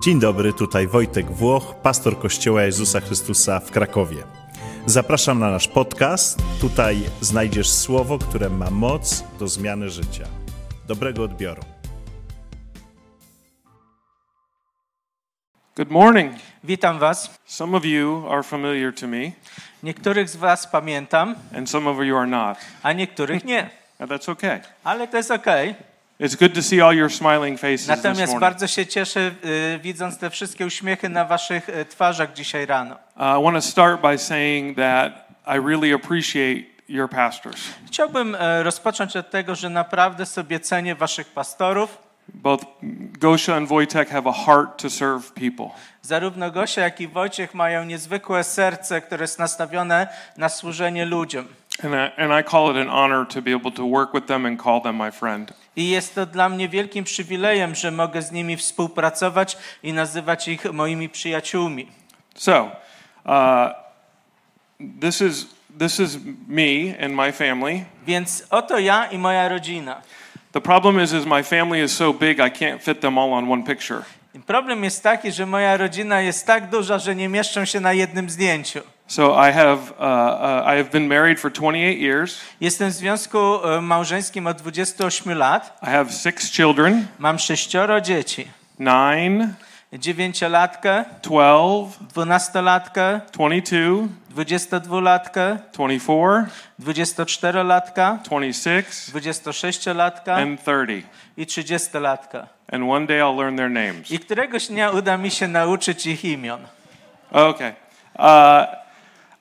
Dzień dobry, tutaj Wojtek Włoch, pastor Kościoła Jezusa Chrystusa w Krakowie. Zapraszam na nasz podcast. Tutaj znajdziesz słowo, które ma moc do zmiany życia. Dobrego odbioru. Good morning. Witam Was. Some of you are familiar to me, Niektórych z Was pamiętam, and some of you are not. a niektórych nie. And that's okay. Ale to jest okej. It's good to see all your smiling faces this Natomiast morning. bardzo się cieszę, y, widząc te wszystkie uśmiechy na Waszych y, twarzach dzisiaj rano. Uh, I want to start by saying that I really appreciate your pastors, Chciałbym e, rozpocząć od tego, że naprawdę sobie cenię Waszych pastorów. both Gosha and Wojtek have a heart to serve people. Zarówno Gosia, jak i Wojciech mają niezwykłe serce, które jest nastawione na służenie ludziom. And I, and I call it an honor to be able to work with them and call them my friend. I jest to dla mnie wielkim przywilejem, że mogę z nimi współpracować i nazywać ich moimi przyjaciółmi. So, uh, this is this is me and my family. Więc oto ja i moja rodzina. The problem is, is my family is so big I can't fit them all on one picture. Problem jest taki, że moja rodzina jest tak duża, że nie mieszczą się na jednym zdjęciu. So I have uh, uh, I have been married for 28 years. Jestem w związku e, małżeńskim od 28 lat. I have six children: Mam sześcioro dzieci. 9, Dziewięciolatkę, 12, dwunastolatkę, 22, dwudziestodwulatkę, 24, dwudziestoczterolatka, 26, dwudziestosześciolatka and 30. i trzydziestolatka. And one day I'll learn their names. I któregoś dnia uda mi się nauczyć ich imion. Okay. Uh,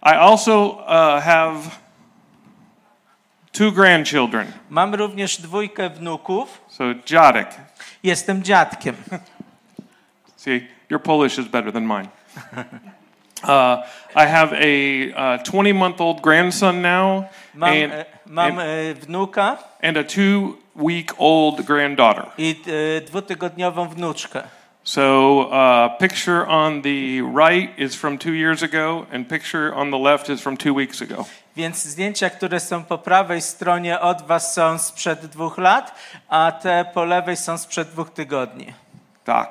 I also uh, have two grandchildren. Mam również dwójkę wnuków. So Jadek, Jestem dziadkiem. see, your Polish is better than mine. Uh, I have a 20 month old grandson now. Mam, and- e, mam e, wnuka and a two week old granddaughter. i e, dwutygodniową wnuczkę. So, uh, picture on the right is from two years ago, and picture on the left is from two weeks ago. Więc zdjęcia, które są po prawej stronie od was są sprzed dwóch lat, a te po lewej są sprzed dwóch tygodni. Doc.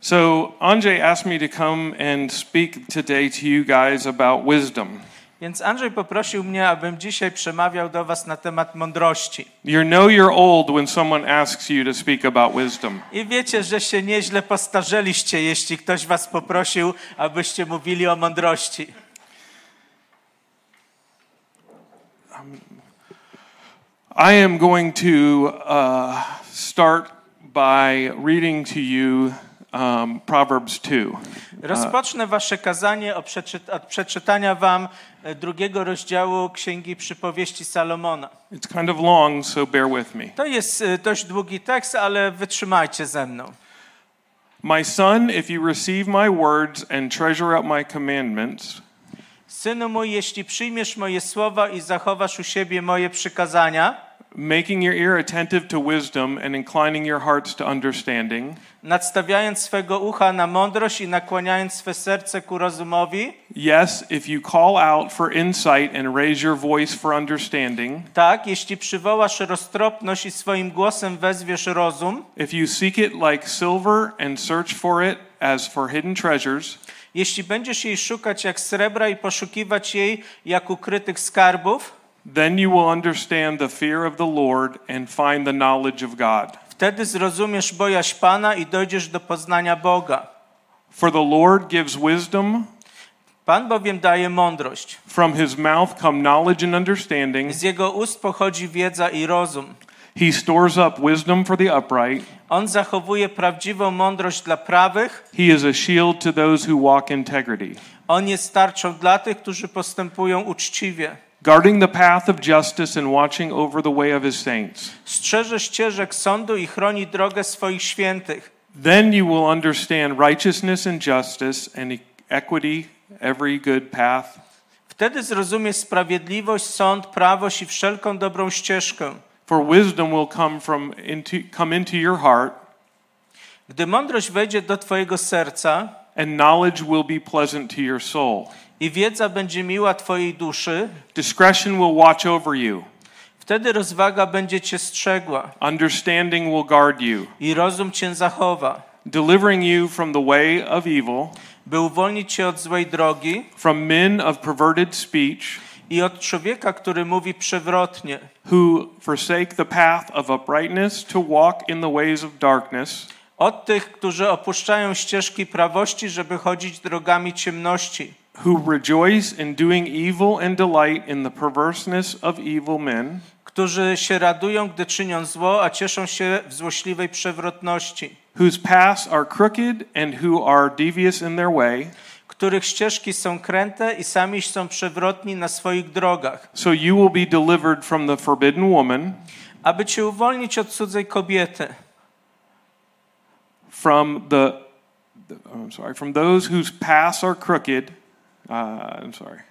So, Anjay asked me to come and speak today to you guys about wisdom. Więc Andrzej poprosił mnie, abym dzisiaj przemawiał do was na temat mądrości. You know you're old when someone asks you to speak about wisdom. I wiecie, że się nieźle postarzeliście, jeśli ktoś was poprosił, abyście mówili o mądrości. I am going to uh, start by reading to you um, Proverbs 2. Rozpocznę wasze kazanie o przeczyt- od przeczytania wam e, drugiego rozdziału Księgi Przypowieści Salomona. It's kind of long, so bear with me. To jest e, dość długi tekst, ale wytrzymajcie ze mną. My son, if you receive my words and treasure up my commandments, Synu mój, jeśli przyjmiesz moje słowa i zachowasz u siebie moje przykazania, making your ear attentive to wisdom and inclining your hearts to understanding, nadstawiając swego ucha na mądrość i nakłaniając swe serce ku rozumowi, yes, if you call out for insight and raise your voice for understanding, tak, jeśli przywołasz roztropność i swoim głosem wezwiesz rozum, if you seek it like silver and search for it as for hidden treasures, jeśli będziesz jej szukać jak srebra i poszukiwać jej jak ukrytych skarbów, then you will understand the fear of the Lord and find the knowledge of God. wtedy zrozumiesz bojaźń Pana i dojdziesz do poznania Boga. For the Lord gives wisdom, Pan bowiem daje mądrość. from his mouth come knowledge and understanding. Z jego ust pochodzi wiedza i rozum. He stores up wisdom for the upright. On zachowuje prawdziwą mądrość dla prawych, He is a shield to those who walk integrity. on jest tarczą dla tych, którzy postępują uczciwie. Guarding the path of justice and watching over the way of his saints. Strzeże ścieżek sądu i chroni drogę swoich świętych. Then you will understand righteousness and justice and e- equity, every good path. Wtedy zrozumie sprawiedliwość, sąd, prawość i wszelką dobrą ścieżkę. For wisdom will come from into come into your heart, Gdy mądrość wejdzie do Twojego serca and knowledge will be pleasant to your soul. i wiedza będzie miła Twojej duszy, Discretion will watch over you. wtedy rozwaga będzie Cię strzegła Understanding will guard you. i rozum Cię zachowa. delivering you from the way of evil, by uwolnić cię od złej drogi from men of perverted speech, i od człowieka, który mówi przewrotnie, who forsake the path of uprightness to walk in the ways of darkness, od tych, którzy opuszczają ścieżki prawości, żeby chodzić drogami ciemności, who rejoice in doing evil and delight in the perverseness of evil men, którzy się radują, gdy czynią zło, a cieszą się w złośliwej przewrotności, whose paths are crooked and who are devious in their way. których ścieżki są kręte i sami są przewrotni na swoich drogach, So you will be delivered from the forbidden woman, aby cię uwolnić od cudzej kobiety, from the, the- oh, I'm sorry, from those whose paths are crooked. Uh, I'm sorry,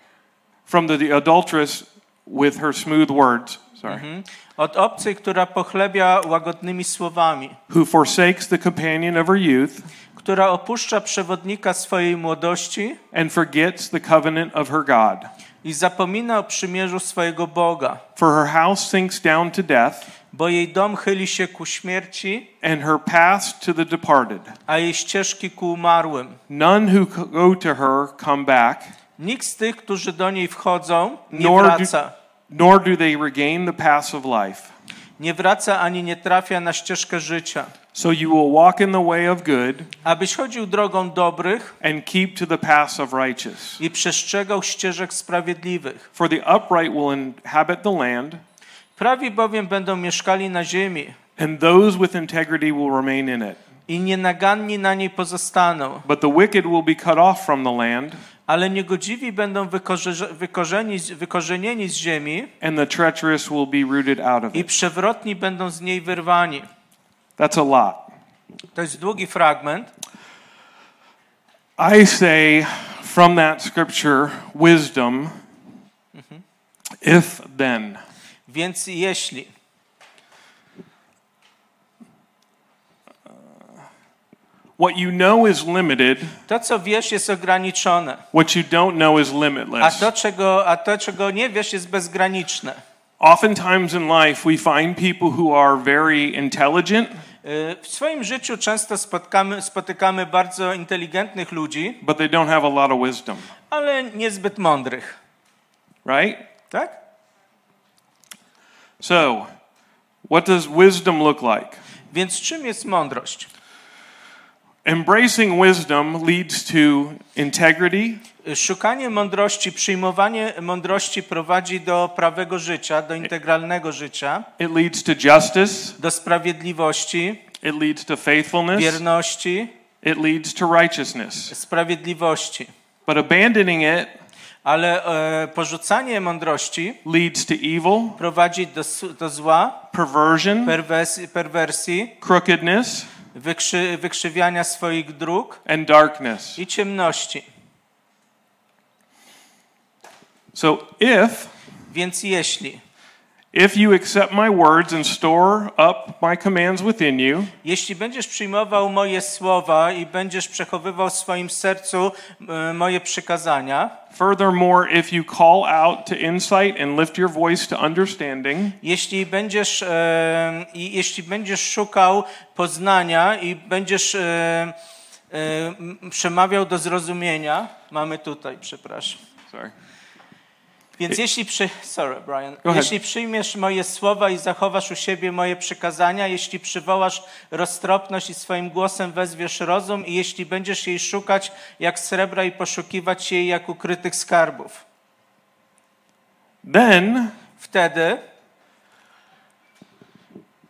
from the, the adulteress with her smooth words. Sorry, od obcej, która pochlebia łagodnymi słowami, who forsakes the companion of her youth która opuszcza przewodnika swojej młodości and forgets the covenant of her God. i zapomina o przymierzu swojego Boga, For her house sinks down to death, bo jej dom chyli się ku śmierci, and her paths to the departed. a jej ścieżki ku umarłym. None who co- go to her come back, Nikt z tych, którzy do niej wchodzą, nie Nor do- wraca. nor do they regain the paths of life. Nie wraca ani nie trafia na ścieżkę życia. So you will walk in the way of good Abyś chodził drogą dobrych and keep to the paths of righteous. i przestrzegał ścieżek sprawiedliwych. For the upright will inhabit the land, Prawi bowiem będą mieszkali na ziemi and those with integrity will remain in it. i nienaganni na niej pozostaną, But the wicked will be cut off from the land, ale niegodziwi będą wykorze- wykorzeni- wykorzenieni z ziemi and the treacherous will be rooted out of i it. przewrotni będą z niej wyrwani. That's a lot. To jest długi fragment. I say from that scripture, wisdom, if then. Więc jeśli What you know is limited, to, co wiesz, jest ograniczone, what you don't know is a limitless. to, czego, a to, czego nie wiesz, jest bezgraniczne. Oftentimes in life, we find people who are very intelligent, Y, W swoim życiu często spotkamy, spotykamy bardzo inteligentnych ludzi, but they don't have a lot of wisdom, ale niezbyt mądrych, right? tak? So, what does wisdom look like? Więc czym jest mądrość? Embracing wisdom leads to integrity, Y, Szukanie mądrości, przyjmowanie mądrości prowadzi do prawego życia, do integralnego życia, it leads to justice, do sprawiedliwości, it leads to faithfulness, wierności, it leads to righteousness. sprawiedliwości. But abandoning it Ale e, porzucanie mądrości leads to evil, prowadzi do, s- do zła, perversion, perwesji, perwersji, crookedness, wykrzy, wykrzywiania swoich dróg and darkness. i ciemności. So, if Więc jeśli, if you accept my words and store up my commands within you, jeśli będziesz przyjmował moje słowa i będziesz przechowywał w swoim sercu e, moje przykazania, Furthermore, if you call out to insight and lift your voice to understanding, jeśli będziesz, e, i jeśli będziesz szukał poznania i będziesz e, e, m- przemawiał do zrozumienia, mamy tutaj, przepraszam. sorry. Więc jeśli, przy... Sorry, Brian. ahead. jeśli przyjmiesz moje słowa i zachowasz u siebie moje przykazania, jeśli przywołasz roztropność i swoim głosem wezwiesz rozum i jeśli będziesz jej szukać jak srebra i poszukiwać jej jak ukrytych skarbów, Then wtedy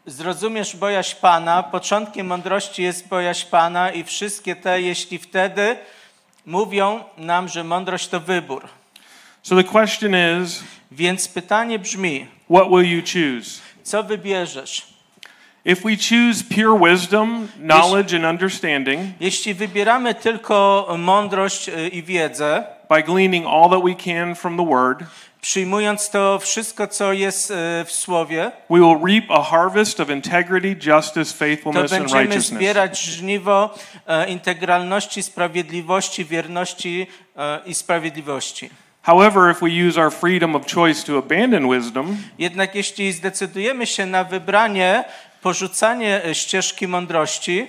zrozumiesz bojaźń Pana, początkiem mądrości jest bojaźń Pana i wszystkie te, jeśli wtedy mówią nam, że mądrość to wybór. So the question is, Więc pytanie brzmi, what will you choose? co wybierzesz? If we choose pure wisdom, knowledge, and understanding Jeśli wybieramy tylko mądrość y, i wiedzę, by gleaning all that we can from the Word, przyjmując to wszystko, co jest y, w słowie, we will reap a harvest of integrity, justice, to faithfulness, and będziemy righteousness. zbierać żniwo e, integralności, sprawiedliwości, wierności e, i sprawiedliwości. However, if we use our freedom of choice to abandon wisdom, Jednak jeśli zdecydujemy się na wybranie, porzucanie e, ścieżki mądrości,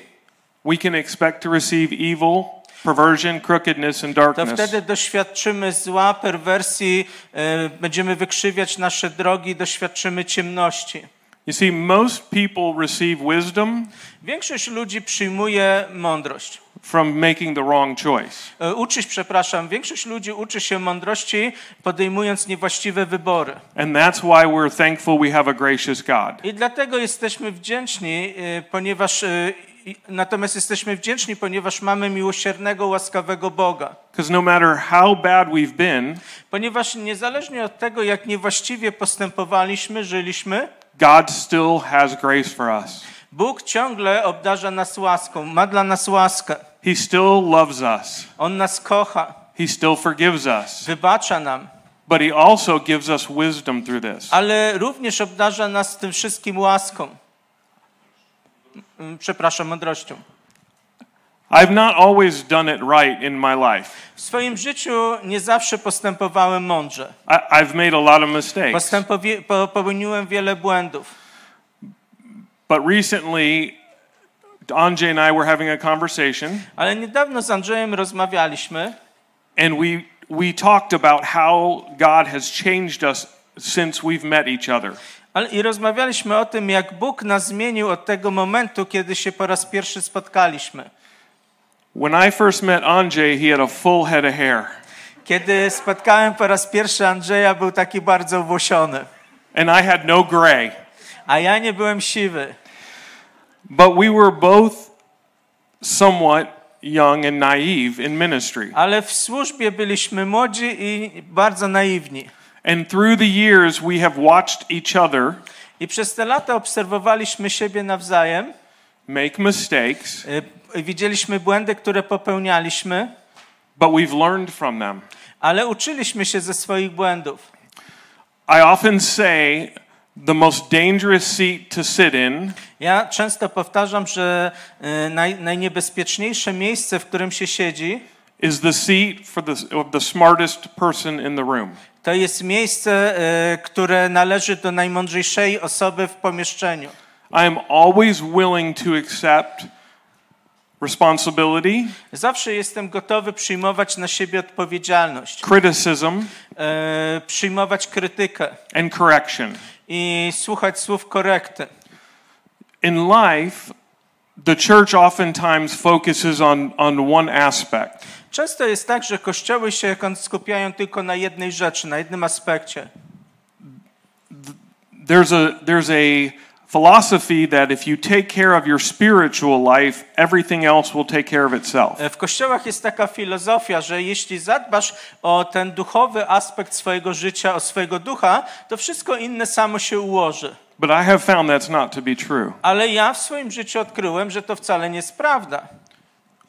we can expect to receive evil, perversion, crookedness, and to darkness. wtedy doświadczymy zła, perwersji, e, będziemy wykrzywiać nasze drogi, doświadczymy ciemności. You see, most people receive wisdom Większość ludzi przyjmuje mądrość. from making the wrong choice. E, Uczy się, przepraszam, większość ludzi uczy się mądrości, podejmując niewłaściwe wybory. And that's why we're thankful we have a gracious God. I dlatego jesteśmy wdzięczni, e, ponieważ e, i- natomiast jesteśmy wdzięczni, ponieważ mamy miłosiernego, łaskawego Boga. Because no matter how bad we've been, Ponieważ niezależnie od tego, jak niewłaściwie postępowaliśmy, żyliśmy, God still has grace for us. Bóg ciągle obdarza nas łaską, ma dla nas łaskę. He still loves us. On nas kocha, He still forgives us. wybacza nam, But He also gives us wisdom through this. ale również obdarza nas tym wszystkim łaską. Mm, Przepraszam, mądrością. I've not always done it right in my life. W swoim życiu nie zawsze postępowałem mądrze. I, I've made a lot of mistakes. Postępowi- po- popełniłem wiele błędów. But recently, Anjay and I were having a conversation, Ale niedawno z Andrzejem rozmawialiśmy and we we talked about how God has changed us since we've met each other. ale, i rozmawialiśmy o tym, jak Bóg nas zmienił od tego momentu, kiedy się po raz pierwszy spotkaliśmy. When I first met Anjay, he had a full head of hair, Kiedy spotkałem po raz pierwszy Andrzeja, był taki bardzo włosiony, and I had no gray. a ja nie byłem siwy. But we were both somewhat young and naive in ministry. Ale w służbie byliśmy młodzi i bardzo naiwni. And through the years, we have watched each other I przez te lata obserwowaliśmy siebie nawzajem, make mistakes, y, widzieliśmy błędy, które popełnialiśmy, but we've learned from them. ale uczyliśmy się ze swoich błędów. I often say the most dangerous seat to sit in Ja często powtarzam, że y, naj, najniebezpieczniejsze miejsce, w którym się siedzi, is the seat for the, of the smartest person in the room. to jest miejsce, y, które należy do najmądrzejszej osoby w pomieszczeniu. I am always willing to accept responsibility, Zawsze jestem gotowy przyjmować na siebie odpowiedzialność, criticism, y, przyjmować krytykę and correction. i słuchać słów korekty. In life, the church oftentimes focuses on, on one aspect. Często jest tak, że kościoły się kon- skupiają tylko na jednej rzeczy, na jednym aspekcie. There's a, there's a philosophy that if you take care of your spiritual life, everything else will take care of itself. E, W kościołach jest taka filozofia, że jeśli zadbasz o ten duchowy aspekt swojego życia, o swojego ducha, to wszystko inne samo się ułoży. But I have found that's not to be true. Ale ja w swoim życiu odkryłem, że to wcale nie jest prawda.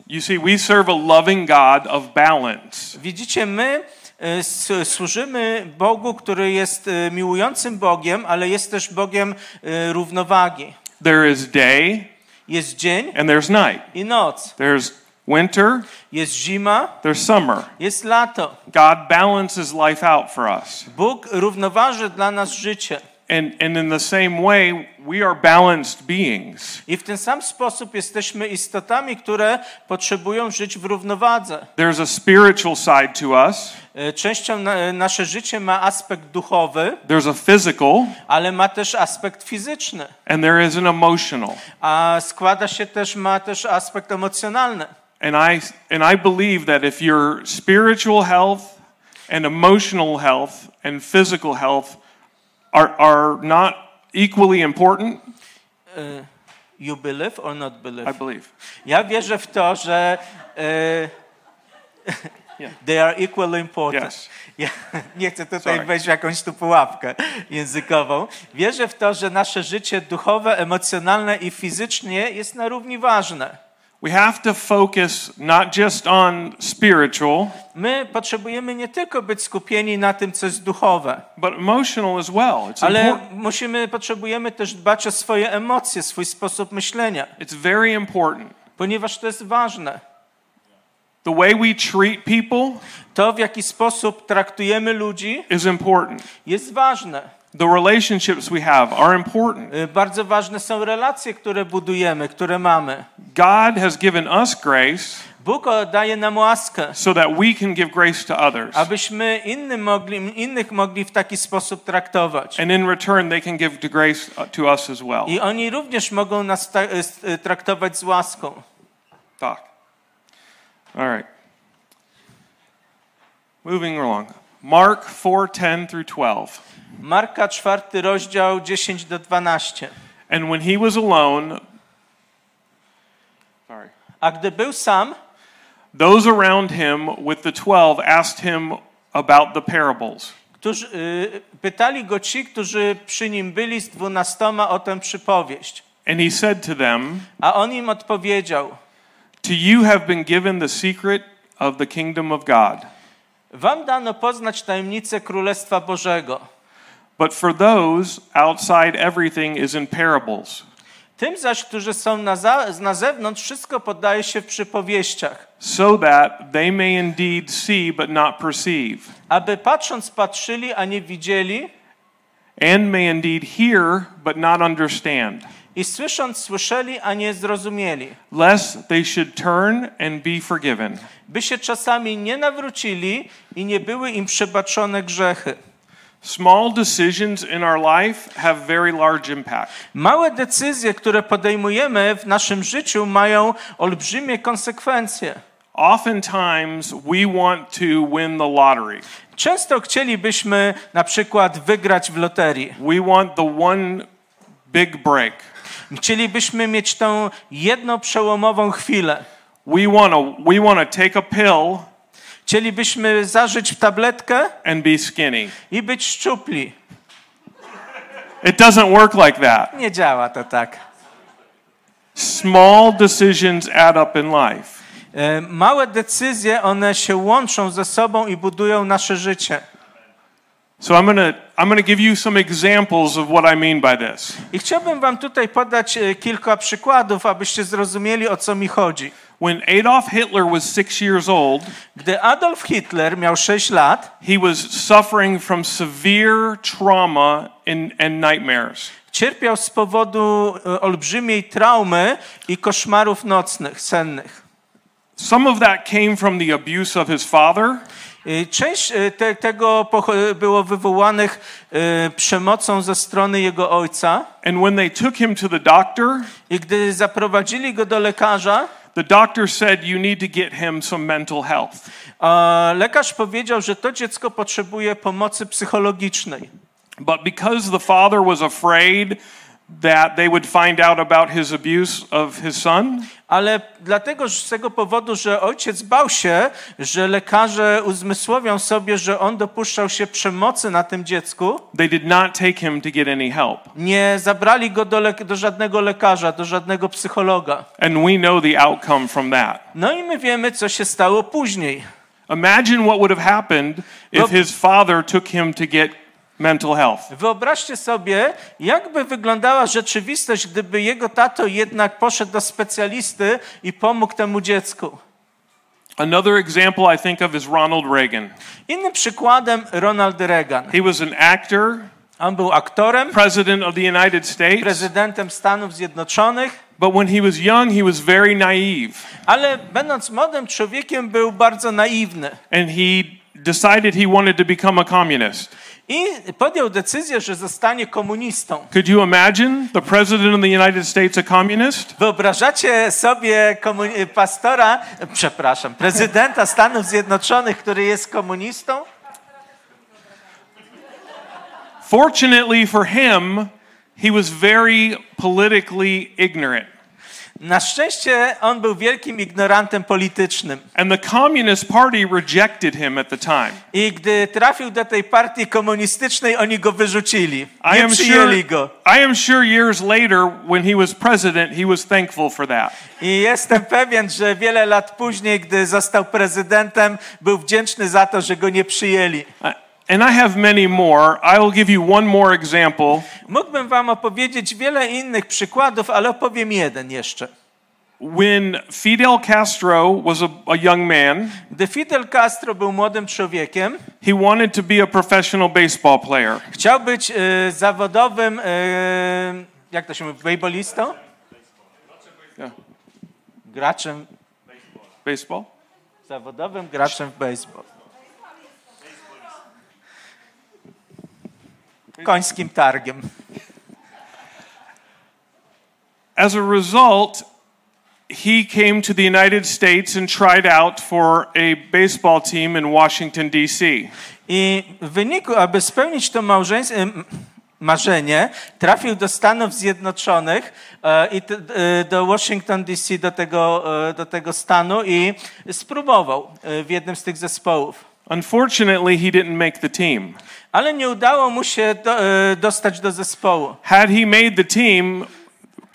You see, we serve a loving God of balance. Widzicie, my e, s- służymy Bogu, który jest e, miłującym Bogiem, ale jest też Bogiem e, równowagi. There is day Jest dzień and there's night. i noc, There's winter, jest zima, there's summer. jest lato. God balances life out for us. Bóg równoważy dla nas życie. And, and in the same way, we are balanced beings. I w ten sam sposób jesteśmy istotami, które potrzebują żyć w równowadze. There's a spiritual side to us, E, Częścią na, nasze życie ma aspekt duchowy, there's a physical, ale ma też aspekt fizyczny, and there is an emotional. a składa się też, ma też aspekt emocjonalny. And I, and I believe that if your spiritual health and emotional health and physical health are, are not equally important, You believe or not I believe? believe. Ja wierzę w to, że e, they are equally important. Yes. Ja nie chcę tutaj Sorry. wejść w jakąś tu pułapkę językową. Wierzę w to, że nasze życie duchowe, emocjonalne i fizycznie jest na równi ważne. We have to focus not just on spiritual, My potrzebujemy nie tylko być skupieni na tym, co jest duchowe, but emotional as well. It's ale important. musimy, potrzebujemy też dbać o swoje emocje, swój sposób myślenia, It's very important. ponieważ to jest ważne. The way we treat people To, w jaki sposób traktujemy ludzi, is important. jest ważne. The relationships we have are important. Y, Bardzo ważne są relacje, które budujemy, które mamy. God has given us grace Bóg o- daje nam łaskę, so that we can give grace to others. abyśmy innym mogli, innych mogli w taki sposób traktować. And in return, they can give to grace uh, to us as well. I oni również mogą nas ta, y, s- y, traktować z łaską. Doc. All right. Moving along. Mark 4:10 through 12. Marka czwarty rozdział 10 do 12. And when he was alone, sorry. A gdy był sam, Those around him with the 12 asked him about the parables. którzy, y, pytali go ci, którzy przy nim byli z dwunastoma o tę przypowieść. And he said to them, A on im odpowiedział: "To you have been given the secret of the kingdom of God. Wam dano poznać tajemnicę Królestwa Bożego. But for those outside everything is in parables, Tym zaś, którzy są na, za, na zewnątrz, wszystko poddaje się w przypowieściach, so that they may indeed see but not perceive." aby patrząc patrzyli, a nie widzieli, and may indeed hear but not understand, i słysząc słyszeli, a nie zrozumieli, lest they should turn and be forgiven. by się czasami nie nawrócili i nie były im przebaczone grzechy. Small decisions in our life have very large impact. Małe decyzje, które podejmujemy w naszym życiu, mają olbrzymie konsekwencje. Oftentimes, we want to win the lottery. Często chcielibyśmy na przykład wygrać w loterii. We want the one big break. Chcielibyśmy mieć tą jedną przełomową chwilę. We want to we want to take a pill Chcielibyśmy zażyć w tabletkę and be skinny. i być szczupli. It doesn't work like that. Nie działa to tak. Small decisions add up in life. E, Małe decyzje, one się łączą ze sobą i budują nasze życie. So I'm going to I'm going to give you some examples of what I mean by this. I chciałbym wam tutaj podać e, kilka przykładów, abyście zrozumieli, o co mi chodzi. When Adolf Hitler was six years old, Gdy Adolf Hitler miał 6 lat, he was suffering from severe trauma and, and nightmares. Cierpiał z powodu e, olbrzymiej traumy i koszmarów nocnych, sennych. Some of that came from the abuse of his father, E, Część e, te, tego pocho- było wywołanych e, przemocą ze strony jego ojca. and when they took him to the doctor, I gdy zaprowadzili go do lekarza, the doctor said, You need to get him some mental health. e, lekarz powiedział, że to dziecko potrzebuje pomocy psychologicznej. But because the father was afraid that they would find out about his abuse of his son, Ale dlatego, że z tego powodu, że ojciec bał się, że lekarze uzmysłowią sobie, że on dopuszczał się przemocy na tym dziecku, they did not take him to get any help. Nie zabrali go do, lek- do żadnego lekarza, do żadnego psychologa. And we know the outcome from that. No i my wiemy, co się stało później. Imagine what would have happened if Well- his father took him to get mental health. Wyobraźcie sobie, jakby wyglądała rzeczywistość, gdyby jego tato jednak poszedł do specjalisty i pomógł temu dziecku. Another example I think of is Ronald Reagan. Innym przykładem Ronald Reagan. He was an actor, On był aktorem, president of the United States, prezydentem Stanów Zjednoczonych, but when he was young, he was very naive ale będąc młodym człowiekiem był bardzo naiwny and he decided he wanted to become a communist. i podjął decyzję, że zostanie komunistą. Could you imagine the president of the United States a communist? Wyobrażacie sobie komu- pastora, przepraszam, prezydenta Stanów Zjednoczonych, który jest komunistą? Fortunately for him, he was very politically ignorant. Na szczęście on był wielkim ignorantem politycznym. And the Communist Party rejected him at the time. I gdy trafił do tej partii komunistycznej, oni go wyrzucili. I Nie am przyjęli sure. go. I am sure years later, when he was president, he was thankful for that. I jestem pewien, że wiele lat później, gdy został prezydentem, był wdzięczny za to, że go nie przyjęli. Uh, And I have many more. I will give you one more example. Mógłbym wam opowiedzieć wiele innych przykładów, ale opowiem jeden jeszcze. when Fidel Castro was a, a young man, Gdy Fidel Castro był młodym człowiekiem, he wanted to be a professional baseball player. chciał być e, zawodowym, e, jak to się mówi, bejbolistą? Yeah. Graczem, Baseball? zawodowym graczem w baseball. Końskim targiem. As a result, he came to the United States and tried out for a baseball team in Washington, D.C. I w wyniku, aby spełnić to małżeństwo, marzenie, trafił do Stanów Zjednoczonych e, i t- e, do Washington DC, do tego, e, do tego stanu i spróbował e, w jednym z tych zespołów. Unfortunately, he didn't make the team. Ale nie udało mu się do, e, dostać do zespołu. Had he made the team,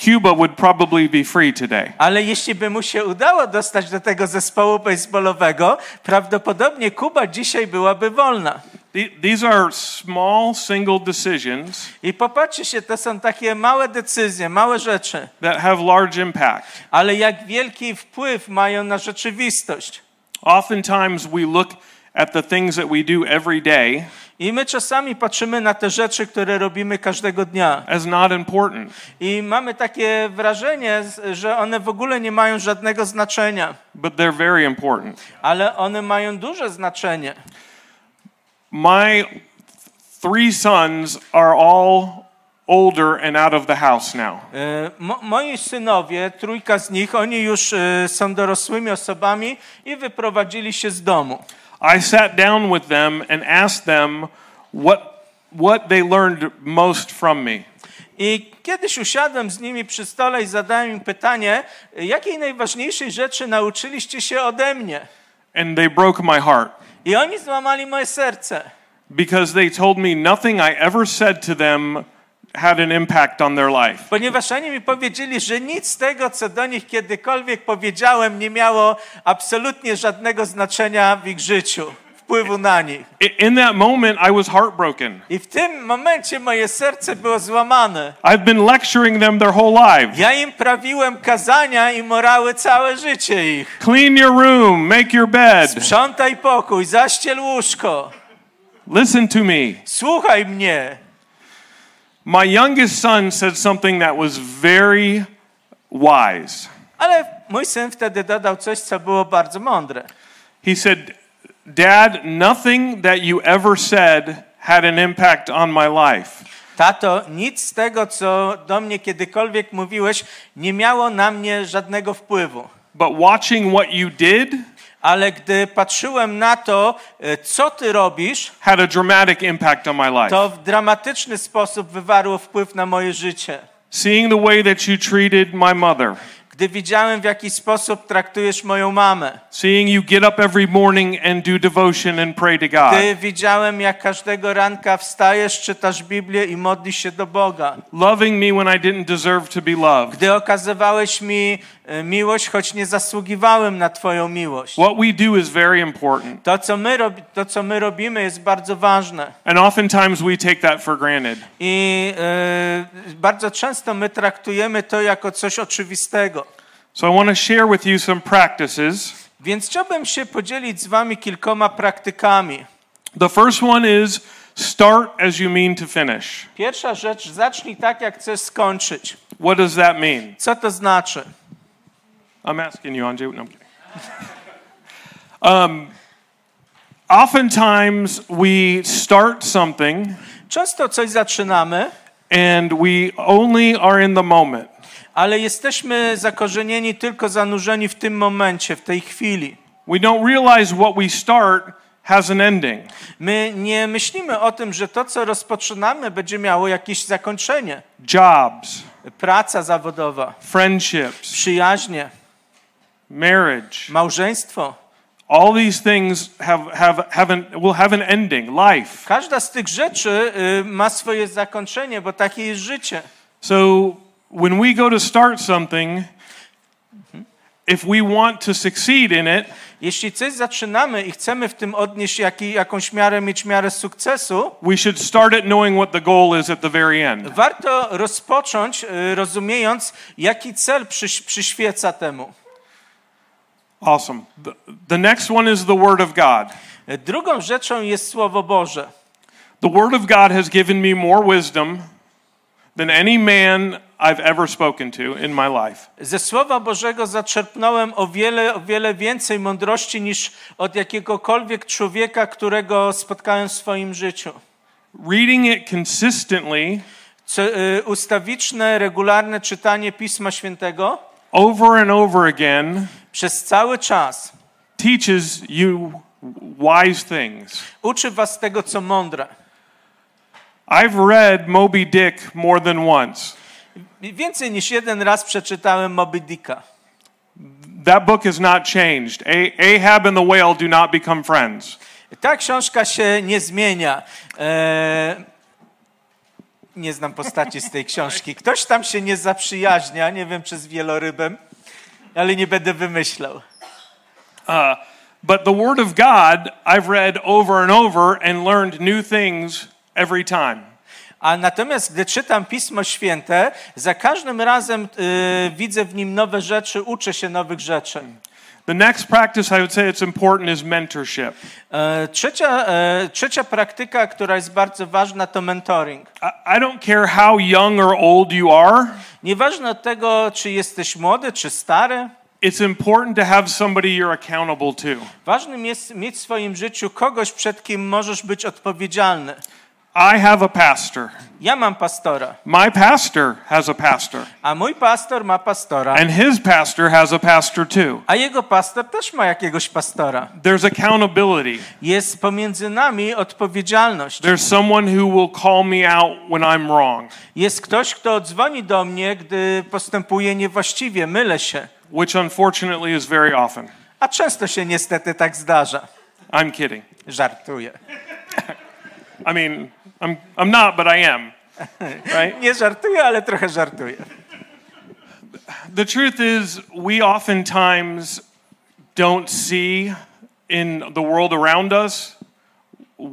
Cuba would probably be free today. Ale jeśli by mu się udało dostać do tego zespołu baseballowego, prawdopodobnie Kuba dzisiaj byłaby wolna. The- These are small, single decisions I popatrzcie się, to są takie małe decyzje, małe rzeczy. that have large impact. ale jak wielki wpływ mają na rzeczywistość. Oftentimes, we look at the things that we do every day I my czasami patrzymy na te rzeczy, które robimy każdego dnia as not important. i mamy takie wrażenie, z- że one w ogóle nie mają żadnego znaczenia, but they're very important. ale one mają duże znaczenie. My th- three sons are all older and out of the house now. E, Mo, moi synowie, trójka z nich, oni już e, są dorosłymi osobami i wyprowadzili się z domu. I sat down with them and asked them what what they learned most from me. I kiedyś usiadłem z nimi przy stole i zadałem im pytanie, e, jakiej najważniejszej rzeczy nauczyliście się ode mnie? And they broke my heart I oni złamali moje serce, because they told me nothing I ever said to them had an impact on their life. ponieważ oni mi powiedzieli, że nic z tego, co do nich kiedykolwiek powiedziałem, nie miało absolutnie żadnego znaczenia w ich życiu, wpływu na nich. I- In that moment, I was heartbroken. I w tym momencie moje serce było złamane. I've been lecturing them their whole lives. Ja im prawiłem kazania i morały całe życie ich. Clean your room, make your bed, Sprzątaj pokój, zaściel łóżko, listen to me. słuchaj mnie. My youngest son said something that was very wise. Ale mój syn wtedy dodał coś, co było bardzo mądre. He said, Dad, nothing that you ever said had an impact on my life. Tato, nic z tego, co do mnie kiedykolwiek mówiłeś, nie miało na mnie żadnego wpływu. But watching what you did Ale gdy patrzyłem na to, e, co ty robisz, had a dramatic impact on my life. to w dramatyczny sposób wywarło wpływ na moje życie. Seeing the way that you treated my mother, Gdy widziałem, w jaki sposób traktujesz moją mamę, seeing you get up every morning and do devotion and pray to God, gdy widziałem, jak każdego ranka wstajesz, czytasz Biblię i modlisz się do Boga, loving me when I didn't deserve to be loved. gdy okazywałeś mi e, miłość, choć nie zasługiwałem na Twoją miłość. What we do is very important. To, co my, robi- to, co my robimy, jest bardzo ważne. And oftentimes we take that for granted. I e, bardzo często my traktujemy to jako coś oczywistego. So I want to share with you some practices. Więc chciałbym się podzielić z Wami kilkoma praktykami. The first one is start as you mean to finish. Pierwsza rzecz, zacznij tak, jak chcesz skończyć. What does that mean? Co to znaczy? I'm asking you, Anjay. No, I'm kidding. um, oftentimes we start something Często coś zaczynamy, and we only are in the moment. ale jesteśmy zakorzenieni tylko zanurzeni w tym momencie, w tej chwili. We don't realize what we start has an ending. My nie myślimy o tym, że to, co rozpoczynamy, będzie miało jakieś zakończenie. Jobs, Praca zawodowa, friendships, przyjaźnie, marriage, małżeństwo. all these things have, have, have an, will have an ending, life. Każda z tych rzeczy y, ma swoje zakończenie, bo takie jest życie. So when we go to start something, if we want to succeed in it, Jeśli coś zaczynamy i chcemy w tym odnieść jak, jakąś miarę, mieć miarę sukcesu, we should start at knowing what the goal is at the very end. warto rozpocząć y, rozumiejąc, jaki cel przyś, przyświeca temu. Awesome. The, the next one is the Word of God. Drugą rzeczą jest Słowo Boże. The Word of God has given me more wisdom than any man I've ever spoken to in my life. Ze Słowa Bożego zaczerpnąłem o wiele, o wiele więcej mądrości niż od jakiegokolwiek człowieka, którego spotkałem w swoim życiu. Reading it consistently Co, y, ustawiczne, regularne czytanie Pisma Świętego over and over again przez cały czas teaches you wise things. uczy was tego, co mądre. I've read Moby Dick more than once. Więcej niż jeden raz przeczytałem Moby Dicka. That book has not changed. A- Ahab and the whale do not become friends. Ta książka się nie zmienia. E... Nie znam postaci z tej książki. Ktoś tam się nie zaprzyjaźnia, nie wiem czy z wielorybem, ale nie będę wymyślał. But the Word of God, I've read over and over and learned new things every time. A natomiast gdy czytam Pismo Święte, za każdym razem y, widzę w nim nowe rzeczy, uczę się nowych rzeczy. The next practice I would say it's important is mentorship. E, trzecia, e, trzecia praktyka, która jest bardzo ważna, to mentoring. I, I don't care how young or old you are, Nieważne od tego, czy jesteś młody, czy stary, it's important to have somebody you're accountable to. Ważnym jest mieć w swoim życiu kogoś, przed kim możesz być odpowiedzialny. I have a pastor. Ja mam pastora, My pastor has a pastor, a mój pastor ma pastora, and his pastor has a pastor too. a jego pastor też ma jakiegoś pastora. There's accountability. Jest pomiędzy nami odpowiedzialność. There's someone who will call me out when I'm wrong, Jest ktoś, kto dzwoni do mnie, gdy postępuję niewłaściwie, mylę się. which unfortunately is very often. A często się niestety tak zdarza. I'm kidding. Żartuję. I mean, I'm, I'm not, but I am. Right? Nie żartuję, ale trochę żartuję. The truth is, we oftentimes don't see in the world around us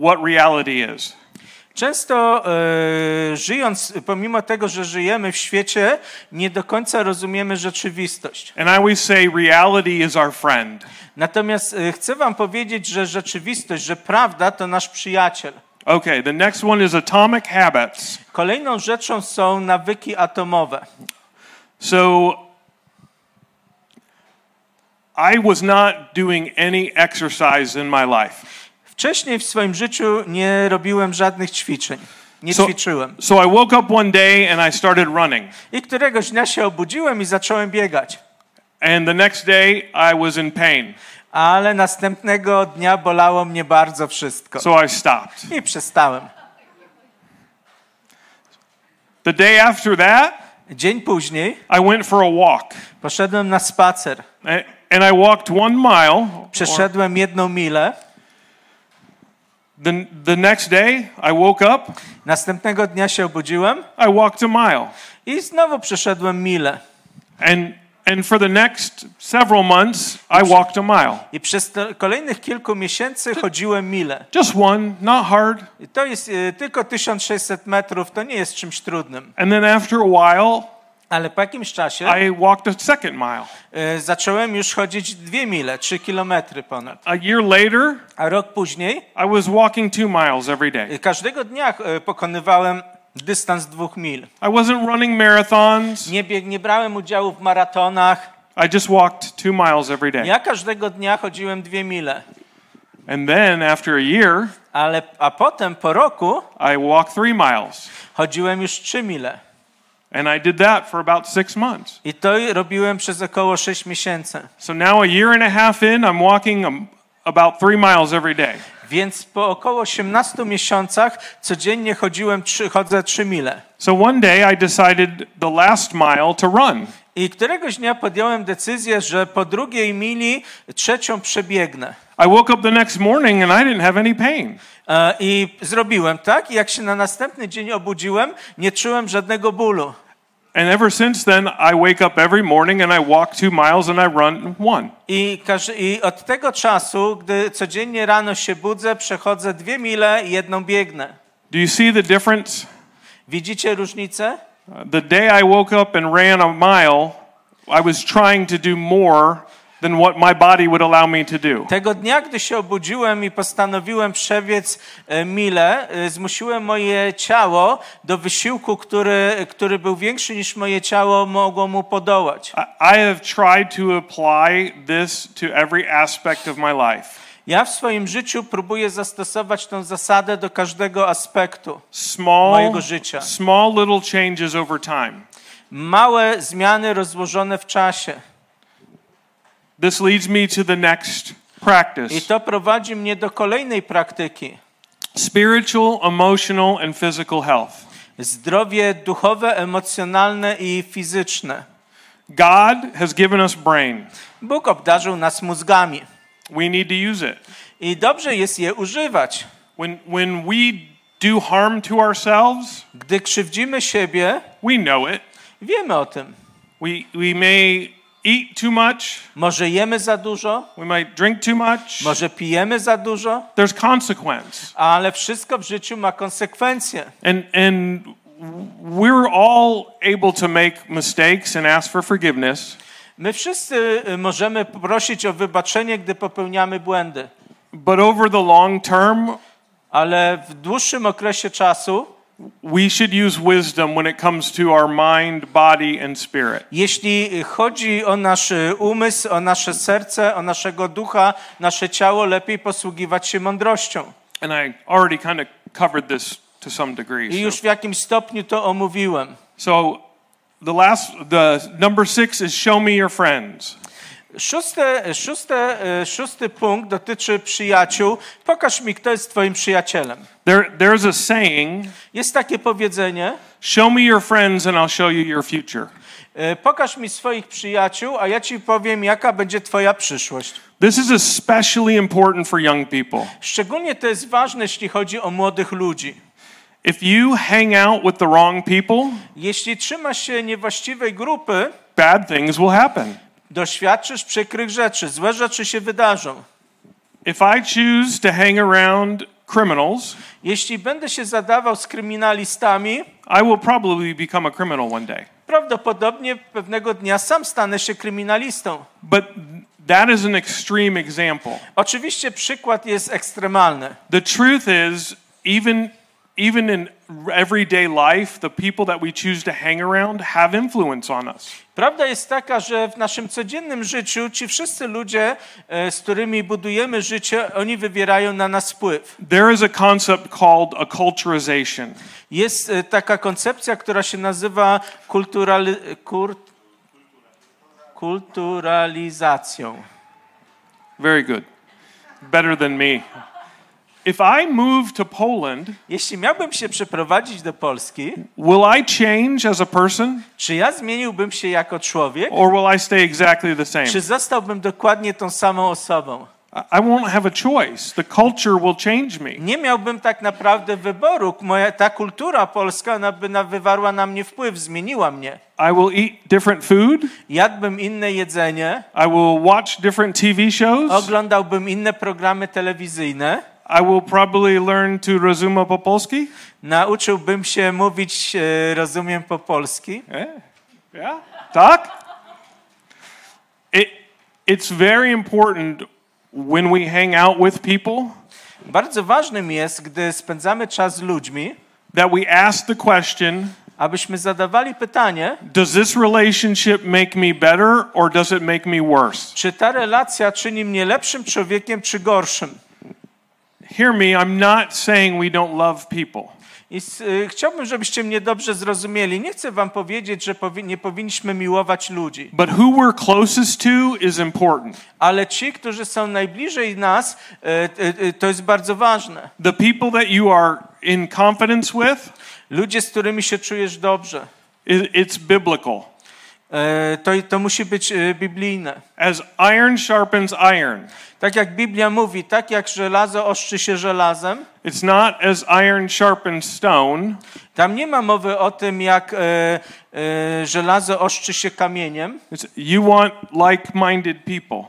what reality is. Często e, żyjąc, pomimo tego, że żyjemy w świecie, nie do końca rozumiemy rzeczywistość. And I always say, reality is our friend. Natomiast e, chcę wam powiedzieć, że rzeczywistość, że prawda to nasz przyjaciel. Okay, the next one is atomic habits. Kolejną rzeczą są nawyki atomowe. So I was not doing any exercise in my life. Wcześniej w swoim życiu nie robiłem żadnych ćwiczeń. Nie So, ćwiczyłem. so I woke up one day and I started running. I któregoś dnia się obudziłem i zacząłem biegać. And the next day I was in pain. Ale następnego dnia bolało mnie bardzo wszystko. So I stopped. I przestałem. The day after that, Dzień później I went for a walk. poszedłem na spacer. A- And I walked one mile. Or- Przeszedłem jedną milę. The, the next day, I woke up. Następnego dnia się obudziłem I walked a mile. i znowu przeszedłem milę. And, and for the next several months, I walked a mile. I przez te kolejnych kilku miesięcy chodziłem milę. Just one, not hard. I to jest y, tylko 1600 metrów, to nie jest czymś trudnym. And then after a while, Ale po jakimś czasie I walked a second mile. y, zacząłem już chodzić dwie mile, trzy kilometry ponad. A year later, A rok później I was walking two miles every day. y, każdego dnia y, pokonywałem dystans dwóch mil. I wasn't running marathons. Nie, bieg, nie brałem udziału w maratonach. I just walked two miles every day. Ja każdego dnia chodziłem dwie mile. And then after a year, Ale, a potem po roku I walked three miles. chodziłem już trzy mile. And I did that for about six months. I to robiłem przez około 6 miesięcy. So now, a year and a half in, I'm walking um, about three miles every day. Więc po około 18 miesiącach codziennie chodziłem trzy, chodzę 3 mile. So one day, I decided the last mile to run. I któregoś dnia podjąłem decyzję, że po drugiej mili trzecią przebiegnę. I woke up the next morning and I didn't have any pain. E, I zrobiłem tak. I jak się na następny dzień obudziłem, nie czułem żadnego bólu. And ever since then, I wake up every morning and I walk two miles and I run one. I, każ- I od tego czasu, gdy codziennie rano się budzę, przechodzę dwie mile i jedną biegnę. Do you see the difference? Widzicie różnicę? Uh, The day I woke up and ran a mile, I was trying to do more than what my body would allow me to do. Tego dnia, gdy się obudziłem i postanowiłem przebiec e, milę, e, zmusiłem moje ciało do wysiłku, który, który był większy niż moje ciało mogło mu podołać. I- I have tried to apply this to every aspect of my life Ja w swoim życiu próbuję zastosować tą zasadę do każdego aspektu. small, Mojego życia. small little changes over time. Małe zmiany rozłożone w czasie. This leads me to the next I practice to prowadzi mnie do kolejnej praktyki. spiritual, emotional, and physical health. Zdrowie duchowe, emocjonalne i fizyczne. God has given us brain. Bóg obdarzył nas mózgami We need to use it. i dobrze jest je używać. When when we do harm to ourselves, Gdy krzywdzimy siebie, we know it. wiemy o tym. We we may eat too much, Może jemy za dużo, we might drink too much. może pijemy za dużo, There's consequence. ale wszystko w życiu ma konsekwencje. And and we're all able to make mistakes and ask for forgiveness, My wszyscy y, możemy prosić o wybaczenie, gdy popełniamy błędy, but over the long term, ale w dłuższym okresie czasu, we should use wisdom when it comes to our mind, body, and spirit. jeśli chodzi o nasz y, umysł, o nasze serce, o naszego ducha, nasze ciało, lepiej posługiwać się mądrością. And I already kind of covered this to some degree. I so- już w jakimś stopniu to omówiłem. So the last the number 6 is show me your friends. Szóste, szóste, y, szósty punkt dotyczy przyjaciół. Pokaż mi, kto jest Twoim przyjacielem. There there's a saying, Jest takie powiedzenie: show me your friends and I'll show you your future. y, Pokaż mi swoich przyjaciół, a ja Ci powiem, jaka będzie Twoja przyszłość. This is especially important for young people. Szczególnie to jest ważne, jeśli chodzi o młodych ludzi. If you hang out with the wrong people, Jeśli trzymasz się niewłaściwej grupy, bad things will happen. doświadczysz przykrych rzeczy, złe rzeczy się wydarzą. If I choose to hang around criminals, Jeśli będę się zadawał z kryminalistami, I will probably become a criminal one day. prawdopodobnie pewnego dnia sam stanę się kryminalistą. But that is an extreme example. Oczywiście przykład jest ekstremalny. The truth is, even even in everyday life, the people that we choose to hang around have influence on us. Prawda jest taka, że w naszym codziennym życiu ci wszyscy ludzie, e, z którymi budujemy życie, oni wywierają na nas wpływ. There is a concept called acculturization. Jest e, taka koncepcja, która się nazywa kulturali- kur- kulturalizacją. Very good. Better than me. If I move to Poland, Jeśli miałbym się przeprowadzić do Polski, will I change as a person czy ja zmieniłbym się jako człowiek, or will I stay exactly the same? czy zostałbym dokładnie tą samą osobą? I I won't have a choice. The culture will change me. Nie miałbym tak naprawdę wyboru. Moja, ta kultura polska, ona by na, wywarła na mnie wpływ, zmieniła mnie. I will eat different food. Jadłbym inne jedzenie, I will watch different TV shows. oglądałbym inne programy telewizyjne, I will probably learn to Rozuma Popolski. nauczyłbym się mówić, e, rozumiem, po polski. Eh, Yeah. Doc? It, it's very important when we hang out with people Bardzo ważnym jest, gdy spędzamy czas z ludźmi, that we ask the question abyśmy zadawali pytanie, Does this relationship make me better or does it make me worse? czy ta relacja czyni mnie lepszym człowiekiem, czy gorszym. Hear me, I'm not saying we don't love people. I s- y, chciałbym, żebyście mnie dobrze zrozumieli. Nie chcę wam powiedzieć, że powi- nie powinniśmy miłować ludzi, But who we're closest to is important. ale ci, którzy są najbliżej nas, y, y, y, to jest bardzo ważne. The people that you are in confidence with, Ludzie, z którymi się czujesz dobrze. i- it's biblical. E, To, to musi być e, biblijne. As iron sharpens iron, Tak jak Biblia mówi, tak jak żelazo ostrzy się żelazem, it's not as iron sharpens stone, tam nie ma mowy o tym, jak e, e, żelazo ostrzy się kamieniem. It's, you want like minded people.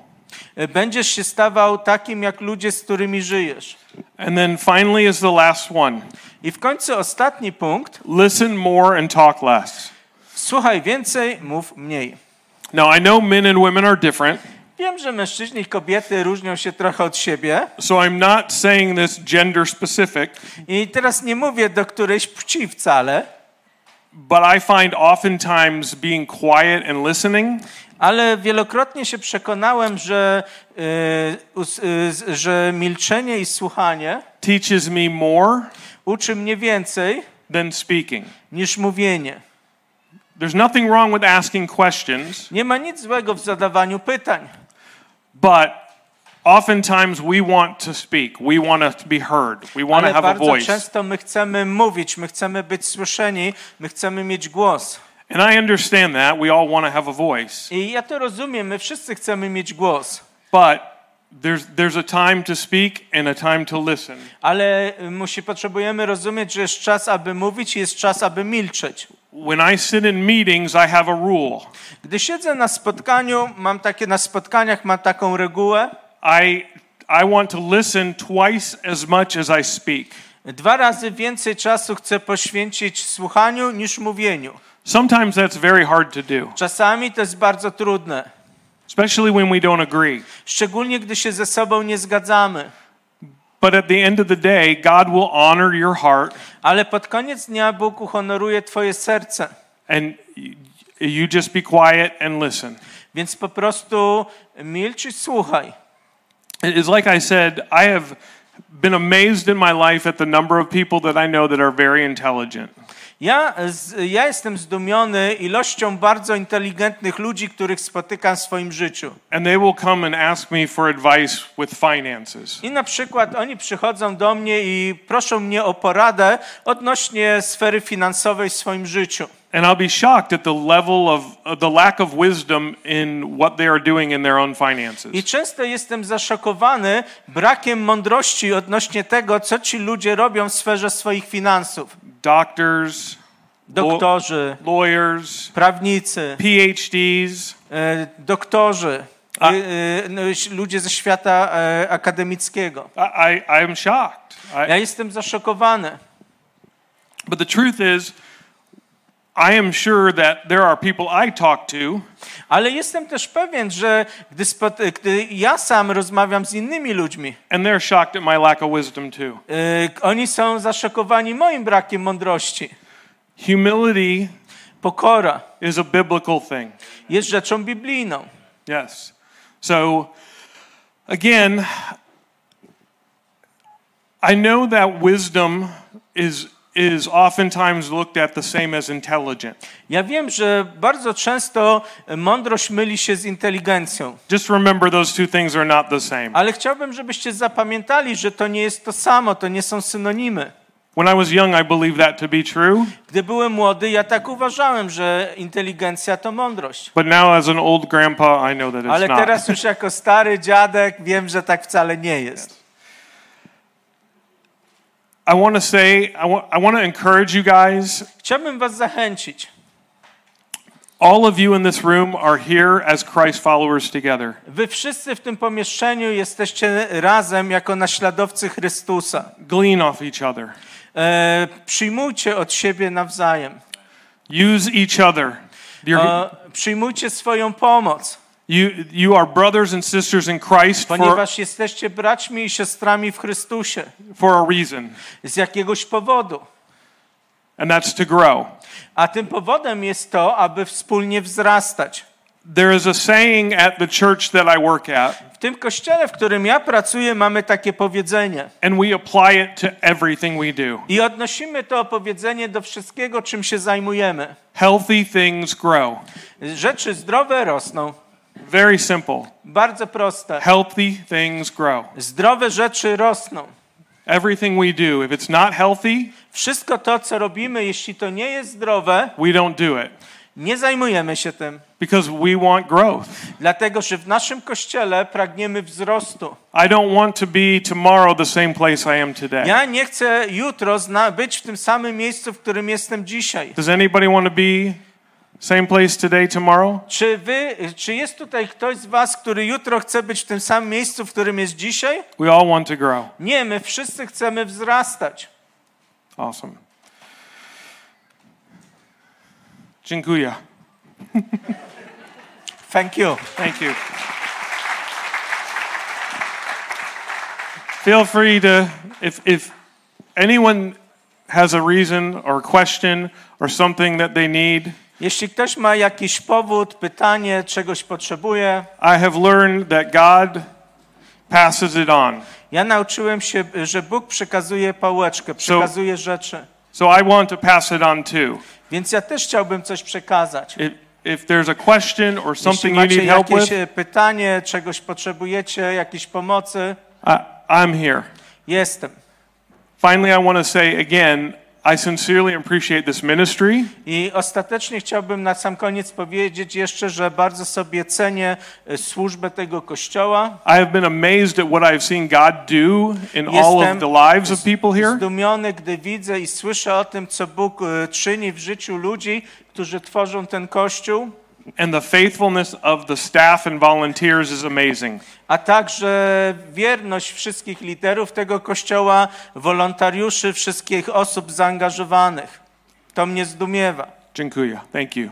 E, Będziesz się stawał takim, jak ludzie, z którymi żyjesz. And then finally, is the last one I w końcu ostatni punkt. listen more and talk less. Słuchaj więcej, mów mniej. Now, I know men and women are different, Wiem, że mężczyźni i kobiety różnią się trochę od siebie. so I'm not saying this gender specific, I teraz nie mówię do którejś płci wcale, but I find oftentimes being quiet and listening ale wielokrotnie się przekonałem, że, y, us- y, z- że milczenie i słuchanie teaches me more uczy mnie więcej than speaking. niż mówienie. There's nothing wrong with asking questions, Nie ma nic złego w zadawaniu pytań, but oftentimes we want to speak, we want to be heard, we want to ale have a bardzo voice. często my chcemy mówić, my chcemy być słyszeni, my chcemy mieć głos. And I understand that. We all want to have a voice. I ja to rozumiem, my wszyscy chcemy mieć głos, But there's, there's a time to speak and a time to listen. ale musi, potrzebujemy rozumieć, że jest czas, aby mówić i jest czas, aby milczeć. When I sit in meetings, I have a rule. Gdy siedzę na spotkaniu, mam takie na spotkaniach mam taką regułę. I, I want to listen twice as much as I speak. Dwa razy więcej czasu chcę poświęcić słuchaniu niż mówieniu. Sometimes that's very hard to do, Czasami to jest bardzo trudne, especially when we don't agree. szczególnie gdy się ze sobą nie zgadzamy. But at the end of the day, God will honor your heart Ale pod koniec dnia Bóg uhonoruje Twoje serce, and y- you just be quiet and listen. więc po prostu milcz i słuchaj. It's like I said, I have been amazed in my life at the number of people that I know that are very intelligent. Ja, z, ja jestem zdumiony ilością bardzo inteligentnych ludzi, których spotykam w swoim życiu. And they will come and ask me for advice with finances. I na przykład oni przychodzą do mnie i proszą mnie o poradę odnośnie sfery finansowej w swoim życiu. And I'll be shocked at the level of uh, the lack of wisdom in what they are doing in their own I finances. często jestem zaszokowany brakiem mądrości odnośnie tego, co ci ludzie robią w sferze swoich finansów. Doctors, Doktorzy, lawyers, prawnicy, PhDs, e, doktorzy, A- e, e, no, ś- ludzie ze świata e, akademickiego. I, I, I'm shocked. I, Ja jestem zaszokowany. but the truth is, I am sure that there are people I talk to Ale jestem też pewien, że gdy, spot, gdy ja sam rozmawiam z innymi ludźmi, and they're shocked at my lack of wisdom too. Yy, oni są zaszokowani moim brakiem mądrości. Humility Pokora is a biblical thing. jest rzeczą biblijną. Yes. So, again, I know that wisdom is is oftentimes looked at the same as intelligent. Ja wiem, że bardzo często mądrość myli się z inteligencją, Just remember those two things are not the same. ale chciałbym, żebyście zapamiętali, że to nie jest to samo, to nie są synonimy. When I was young, I believed that to be true, Gdy byłem młody, ja tak uważałem, że inteligencja to mądrość. but now as an old grandpa, I know that it's Ale not. teraz już jako stary dziadek wiem, że tak wcale nie jest. I want to say I want I want to encourage you guys. Chciałbym was zachęcić. All of you in this room are here as Christ followers together. Wy wszyscy w tym pomieszczeniu jesteście razem jako naśladowcy Chrystusa. Glean off each other. E, przyjmujcie od siebie nawzajem. Use each other. Your, E, przyjmujcie swoją pomoc, You, you are brothers and sisters in Christ for, ponieważ jesteście braćmi i siostrami w Chrystusie for a reason, z jakiegoś powodu. and that's to grow. A tym powodem jest to, aby wspólnie wzrastać. There is a saying at the church that I work at, W tym kościele, w którym ja pracuję, mamy takie powiedzenie. and we apply it to everything we do. I odnosimy to powiedzenie do wszystkiego, czym się zajmujemy. Healthy things grow. Rzeczy zdrowe rosną. Very simple. Bardzo proste. Healthy things grow. Zdrowe rzeczy rosną. Everything we do, if it's not healthy, Wszystko to, co robimy, jeśli to nie jest zdrowe, we don't do it. Nie zajmujemy się tym, because we want growth. dlatego że w naszym kościele pragniemy wzrostu. I don't want to be tomorrow the same place I am today. Ja nie chcę jutro zna- być w tym samym miejscu, w którym jestem dzisiaj. Does anybody want to be same place today tomorrow? Czy, wy, czy jest tutaj ktoś z Was, który jutro chce być w tym samym miejscu, w którym jest dzisiaj? We all want to grow. Nie, my wszyscy chcemy wzrastać. Awesome. Dziękuję. Thank you. Thank you. Feel free to, if, if anyone has a reason or question or something that they need, Jeśli ktoś ma jakiś powód, pytanie, czegoś potrzebuje, I have learned that God passes it on. ja nauczyłem się, że Bóg przekazuje pałeczkę, przekazuje rzeczy. So I want to pass it on too. Więc ja też chciałbym coś przekazać. If, if there's a question or Jeśli something you macie need help jakieś with, e, pytanie, czegoś potrzebujecie, jakiejś pomocy, I, I'm here. jestem. Finally, I want to say again, I sincerely appreciate this ministry. I ostatecznie chciałbym na sam koniec powiedzieć jeszcze, że bardzo sobie cenię e, służbę tego kościoła. I have been amazed at what I've seen God do in all Jestem of the lives of people here. Zdumiony, gdy widzę i słyszę o tym, co Bóg e, czyni w życiu ludzi, którzy tworzą ten kościół, And the faithfulness of the staff and volunteers is amazing. a także wierność wszystkich liderów tego kościoła, wolontariuszy, wszystkich osób zaangażowanych. To mnie zdumiewa. Dziękuję. Thank you.